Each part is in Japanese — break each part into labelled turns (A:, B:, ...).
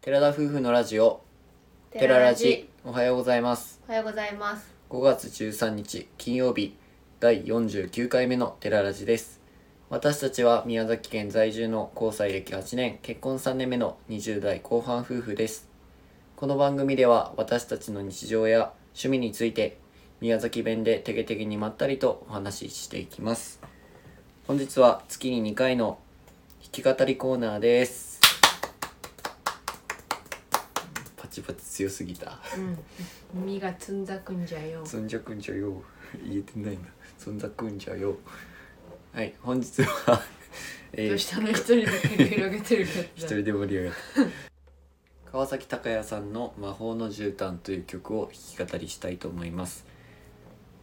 A: 寺田夫婦のラジオ
B: テララジ
A: おはようございます
B: おはようございます
A: 5月13日金曜日第49回目の寺ラジです私たちは宮崎県在住の交際歴8年結婚3年目の20代後半夫婦ですこの番組では私たちの日常や趣味について宮崎弁でてげてげにまったりとお話ししていきます本日は月に2回の弾き語りコーナーですパチパチ強すぎた
B: うん身がつんざくんじゃよ
A: そんじゃくんじゃよ。言えてないな。そんざくんじゃよ。はい、本日は、え
B: ど
A: ー
B: うしたの一人で繰り広げてるけど
A: 一人で盛り上がった。 川崎隆也さんの「魔法の絨毯という曲を弾き語りしたいと思います。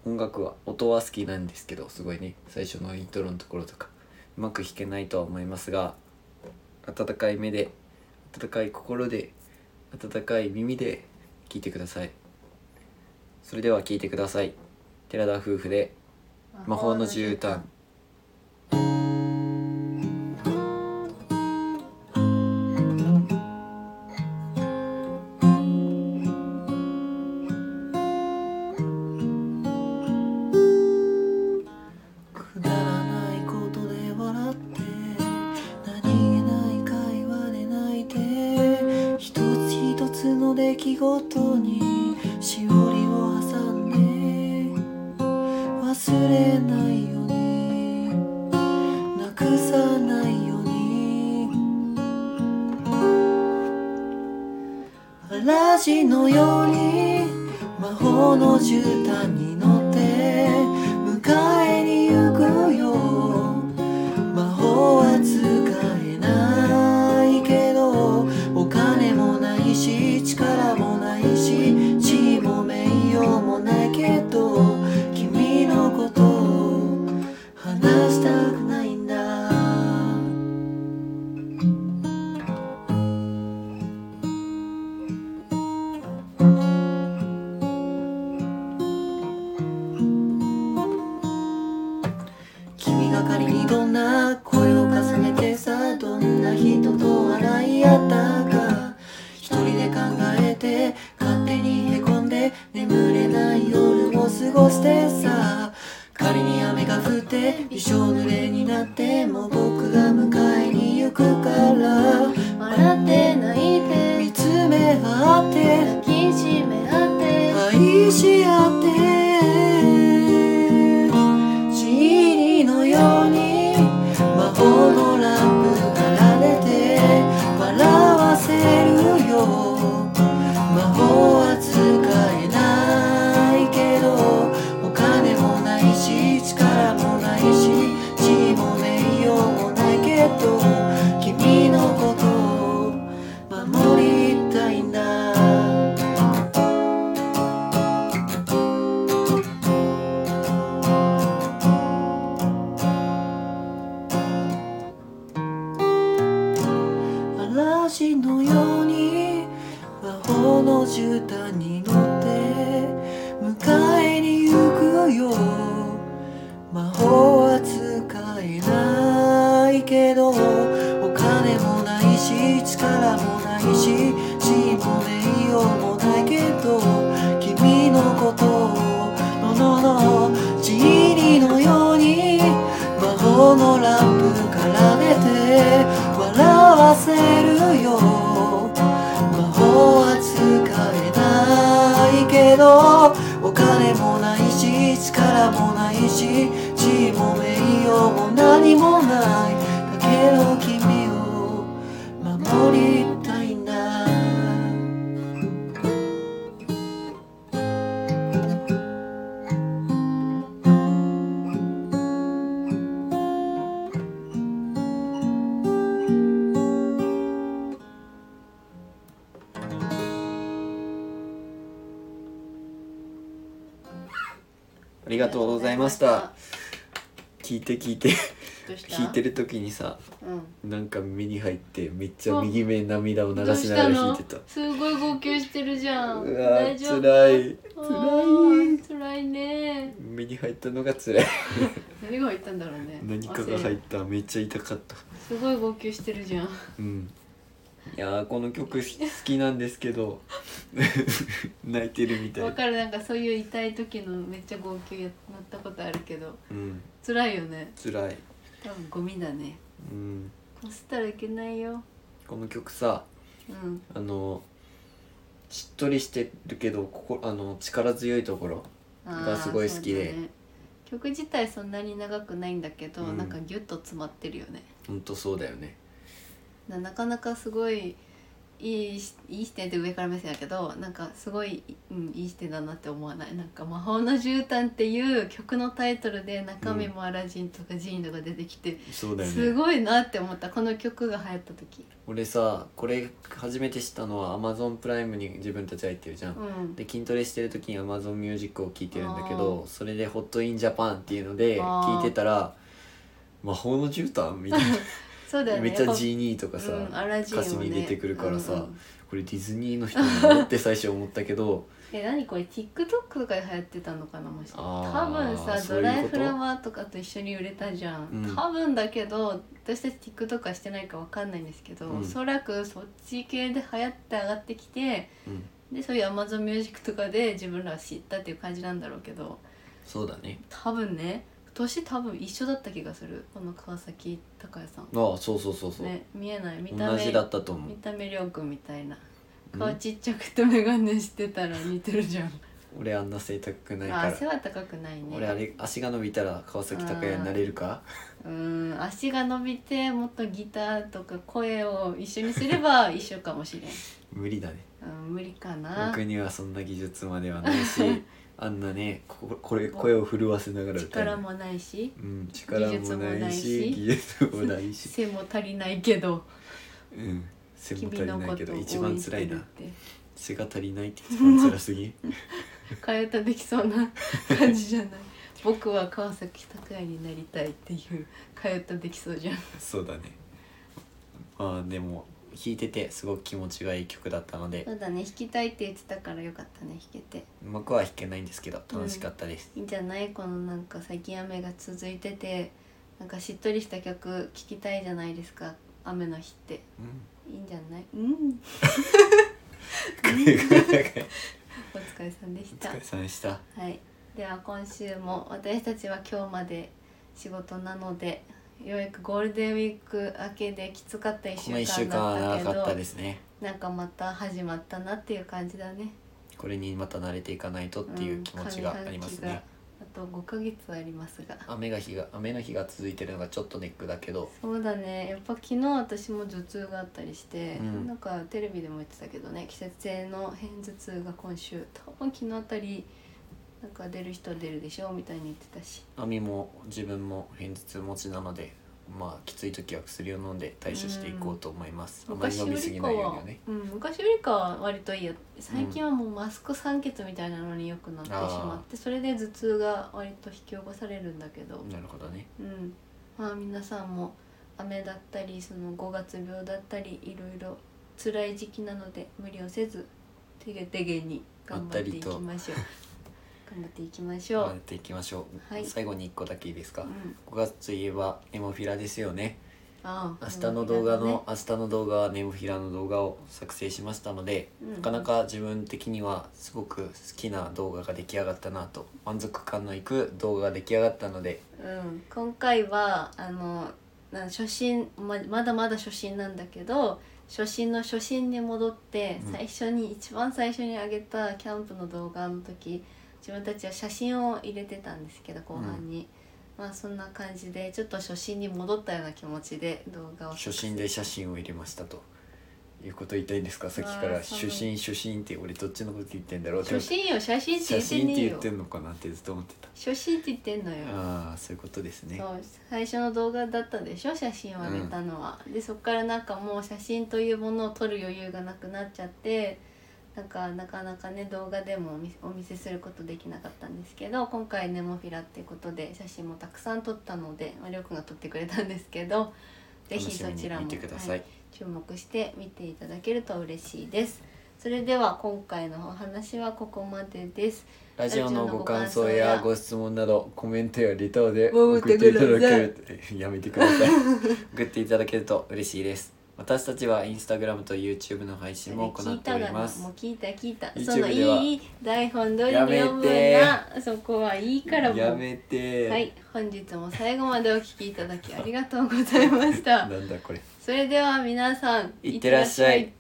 A: 音楽は音は好きなんですけど、すごいね、最初のイントロのところとかうまく弾けないとは思いますが、温かい目で、温かい心で、温かい耳で聴いてください。それでは聴いてください。寺田夫婦で魔法の絨毯くだらないことで笑って何気ない会話で泣いて一つ一つの出来事にしおりを挟んで忘れないようになくさないように嵐のように魔法の絨毯に乗って迎えに行くよ魔法は使えないけどお金もないし力もないし地位も名誉もないけど君のことを話したくないんだ君が仮にどんな声を重ねてさどんな人と笑い合ったか一人で考えて勝手にへこんで眠れない夜を過ごしてさ仮に雨が降って衣装濡れになっても僕が迎えに行くから
B: 笑って泣いて
A: 見つめ合って
B: 抱きしめ合って
A: 愛し合ってシーリのように魔法のラップから出て笑わせるよ魔法は使えないけどお金もないし力もないし地位も名誉もないけど君のことを守りたいんだ嵐のように魔法の絨毯に乗って迎えに行くよ魔法は使えないけどお金もないし力もないし地位も名誉もないけど君のことをののの地理のように魔法のラップから出て笑わせるよ魔法は使えないけどお金もないし力もないし地位も名誉も何もないだけど君を守りたいんだあり
B: あ
A: がとうございました聞いて聞いて
B: どうした
A: 聞いてる時にさ
B: うん
A: なんか目に入ってめっちゃ右目涙を流しながら弾いてた
B: すごい号泣してるじゃん
A: うわ
B: 大
A: ー
B: 丈夫
A: 辛い
B: あ
A: 辛い
B: ー辛いね
A: 目に入ったの が辛い
B: 何が入ったんだろうね
A: 何かが
B: 忘れ
A: 入っためっちゃ痛かった
B: すごい号泣してるじゃん
A: うんい
C: やーこの曲好きなんですけど 泣いてるみた
B: わ
C: い
B: かるなんかそういう痛い時のめっちゃ号泣やなったことあるけど
C: うん
B: 辛いよね
C: 辛い、
B: 多分ゴミだね
C: うん、
B: こすったらいけないよ
C: この曲さ
B: うん
C: あのしっとりしてるけどここあの力強いところ
B: あー
C: がすごい好きで
B: そうだね曲自体そんなに長くないんだけど、
C: うん
B: なんかギュッと詰まってるよね
C: ほんとそうだよね
B: ななかなかすごいいいしいい視点って上から目線だけどなんかすごい、うん、いい視点だなって思わないなんか「魔法の絨毯」っていう曲のタイトルで中身もアラジンとかジーンとか出てきて、
C: そうだよ
B: す
C: ね
B: ごいなって思ったこの曲が流行った時
C: 俺さこれ初めて知ったのは Amazon プライムに自分たち入ってるじゃん
B: うん
C: で筋トレしてる時に Amazon ミュージックを聴いてるんだけ
B: あ
C: どそれで「ホットインジャパンっていうので
B: あ
C: 聴
B: ー
C: いてたら「魔法の絨毯みたい
B: そうだ
C: な、
B: よね
C: めっちゃ
B: やぱ
C: G2 とかさ、
B: うん、アラジンをね
C: 歌詞に出てくるからさ
B: うんうん
C: これディズニーの人なのって最初思ったけ ど
B: え何これ TikTok とかで流行ってたのかなもし多
C: あー
B: 分さ
C: そういうこと
B: ドライフラワーとかと一緒に売れたじゃん、
C: うん
B: 多分だけど私たち TikTok はしてないかわかんないんですけど、
C: うん
B: おそらくそっち系で流行って上がってきて
C: うん
B: でそういう Amazon ミュージックとかで自分らは知ったっていう感じなんだろうけど
C: そうだね
B: 多分ね年多分一緒だった気がするこの川崎隆也さん
C: ああそうそうそうそう、
B: ね見えない見た
C: 同
B: 目
C: じだったと思
B: 見
C: う
B: た目りょうくんみたいな
C: うん
B: 顔ちっちゃくて眼鏡してたら似てるじゃん
C: 俺あんな背高くない
B: あ
C: か
B: ー背
C: ら
B: は高くないね
C: 俺あれ足が伸びたら川崎隆也になれるか
B: うーん足が伸びてもっとギターとか声を一緒にすれ ば一緒かもしれん、
C: 無理だね
B: うん、無理かな
C: 僕にはそんな技術まではない しあんなねここれ声を震わせながら歌う
B: 力もないし
C: うん、力もないし技
B: 技
C: 術もない し、
B: 背も足りないけど
C: うん、背も足
B: 君
C: り
B: の
C: な
B: こ
C: いけ
B: と
C: ど
B: を応援
C: 一番
B: し
C: 辛
B: て
C: い
B: るっ
C: な
B: て
C: 背が足りないって一番辛す ぎ
B: 替え歌できそうな感じじゃない僕は川崎拓也になりたいっていう替え歌できそうじゃん
C: そうだねまあでも弾いててすごく気持ちがいい曲だったので
B: そうだね弾きたいって言ってたからよかったね弾けて
C: 僕は弾けないんですけど楽しかったです、
B: いいんじゃないこのなんか最近雨が続いててなんかしっとりした曲聴きたいじゃないですか雨の日って
C: うん
B: いいんじゃないうんお疲れさんでし
C: お
B: た
C: 疲れさんでした
B: はいでは今週も私たちは今日まで仕事なのでようやくゴールデンウィーク明けできつかった1
C: この1
B: 週
C: 週間
B: 間
C: は
B: だった
C: 長
B: け
C: か
B: ど
C: ったですね
B: なんかまた始まったなっていう感じだね
C: これにまた慣れていかないとっていう気持ちがあります
B: うん上
C: ね、
B: 半期があと5ヶ月ありますが
C: 雨が日が雨の日が続いてるのがちょっとネックだけど
B: そうだねやっぱ昨日私も頭痛があったりして、
C: うん
B: なんかテレビでも言ってたけどね季節性の偏頭痛が今週多分昨日あたりなんか出る人は出るでしょみたいに言ってたし
C: 亜美も自分も偏頭痛持ちなのでまあきつい時は薬を飲んで対処していこうと思います、あまり
B: 昔よ
C: 飲みすぎ
B: りか
C: ないように
B: は
C: はね
B: うん、昔よりかは割といいよ最近はもうマスク酸欠みたいなのによくなってしまって、それで頭痛が割と引き起こされるんだけど、
C: なるほどね
B: うん、まあ皆さんも雨だったりその5月病だったりいろいろ辛い時期なので無理をせずてげてげに頑張っていきましょう頑張っていきましょ
C: や
B: う
C: っ、ていきましょう、
B: はい
C: 最後に1個だけいいです
B: う
C: か、
B: ん、
C: 5月といえばネモフィラですよね
B: ああ
C: 明日の動画の、
B: ね
C: 明日の動画はネモフィラの動画を作成しましたので、
B: うん
C: なかなか自分的にはすごく好きな動画が出来上がったなと満足感のいく動画が出来上がったので
B: うん、今回はあのな初心ままだまだ初心なんだけど初心の初心に戻って
C: うん
B: 最初に、一番最初に上げたキャンプの動画の時自分たちは写真を入れてたんですけど後半に、まあそんな感じでちょっと初心に戻ったような気持ちで動画を
C: 初心で写真を入れましたということ言いたいんですかさっきか
B: うわ
C: ら
B: ー
C: 「初心初心」って俺どっちのこと言ってんだろうって
B: 初心よ写真って
C: 写
B: 言
C: 真
B: ってね
C: って
B: え
C: 言
B: よ
C: ってんのかなってずっと思ってた
B: 初心って言ってんのよ
C: ああそういうことですね
B: そう最初の動画だったでしょ写真を上げたのは、でそっからなんかもう写真というものを撮る余裕がなくなっちゃってなんかなかなかね動画でもお見お見せすることできなかったんですけど今回ネモフィラってことで写真もたくさん撮ったのでまありょうくんが撮ってくれたんです けどぜ
C: 楽
B: ひ
C: し
B: そ
C: み
B: ち
C: に
B: らも
C: 見てくださ
B: はい
C: い
B: 注目して見ていただけると嬉しいですそれでは今回のお話はここまでです
C: ラジオのご感想やご質問などコメントやレターで送
B: 送っ
C: っててい
B: くだ
C: た
B: さ い
C: だけるとやめてください送っていただけると嬉しいです私たちはインスタグラムと YouTube の配信も行
B: 聞い
C: ってお
B: た
C: り
B: がなも
C: ま
B: う
C: す
B: 聞いた聞いた
C: YouTube
B: その
C: ではい
B: い台本通りに
C: やめて
B: 読むなそこはいいからもう
C: やめて、
B: はい本日も最後までお 聞きいただきありがとうございました
C: なんだこれ
B: それでは皆さん
C: いってらっしゃい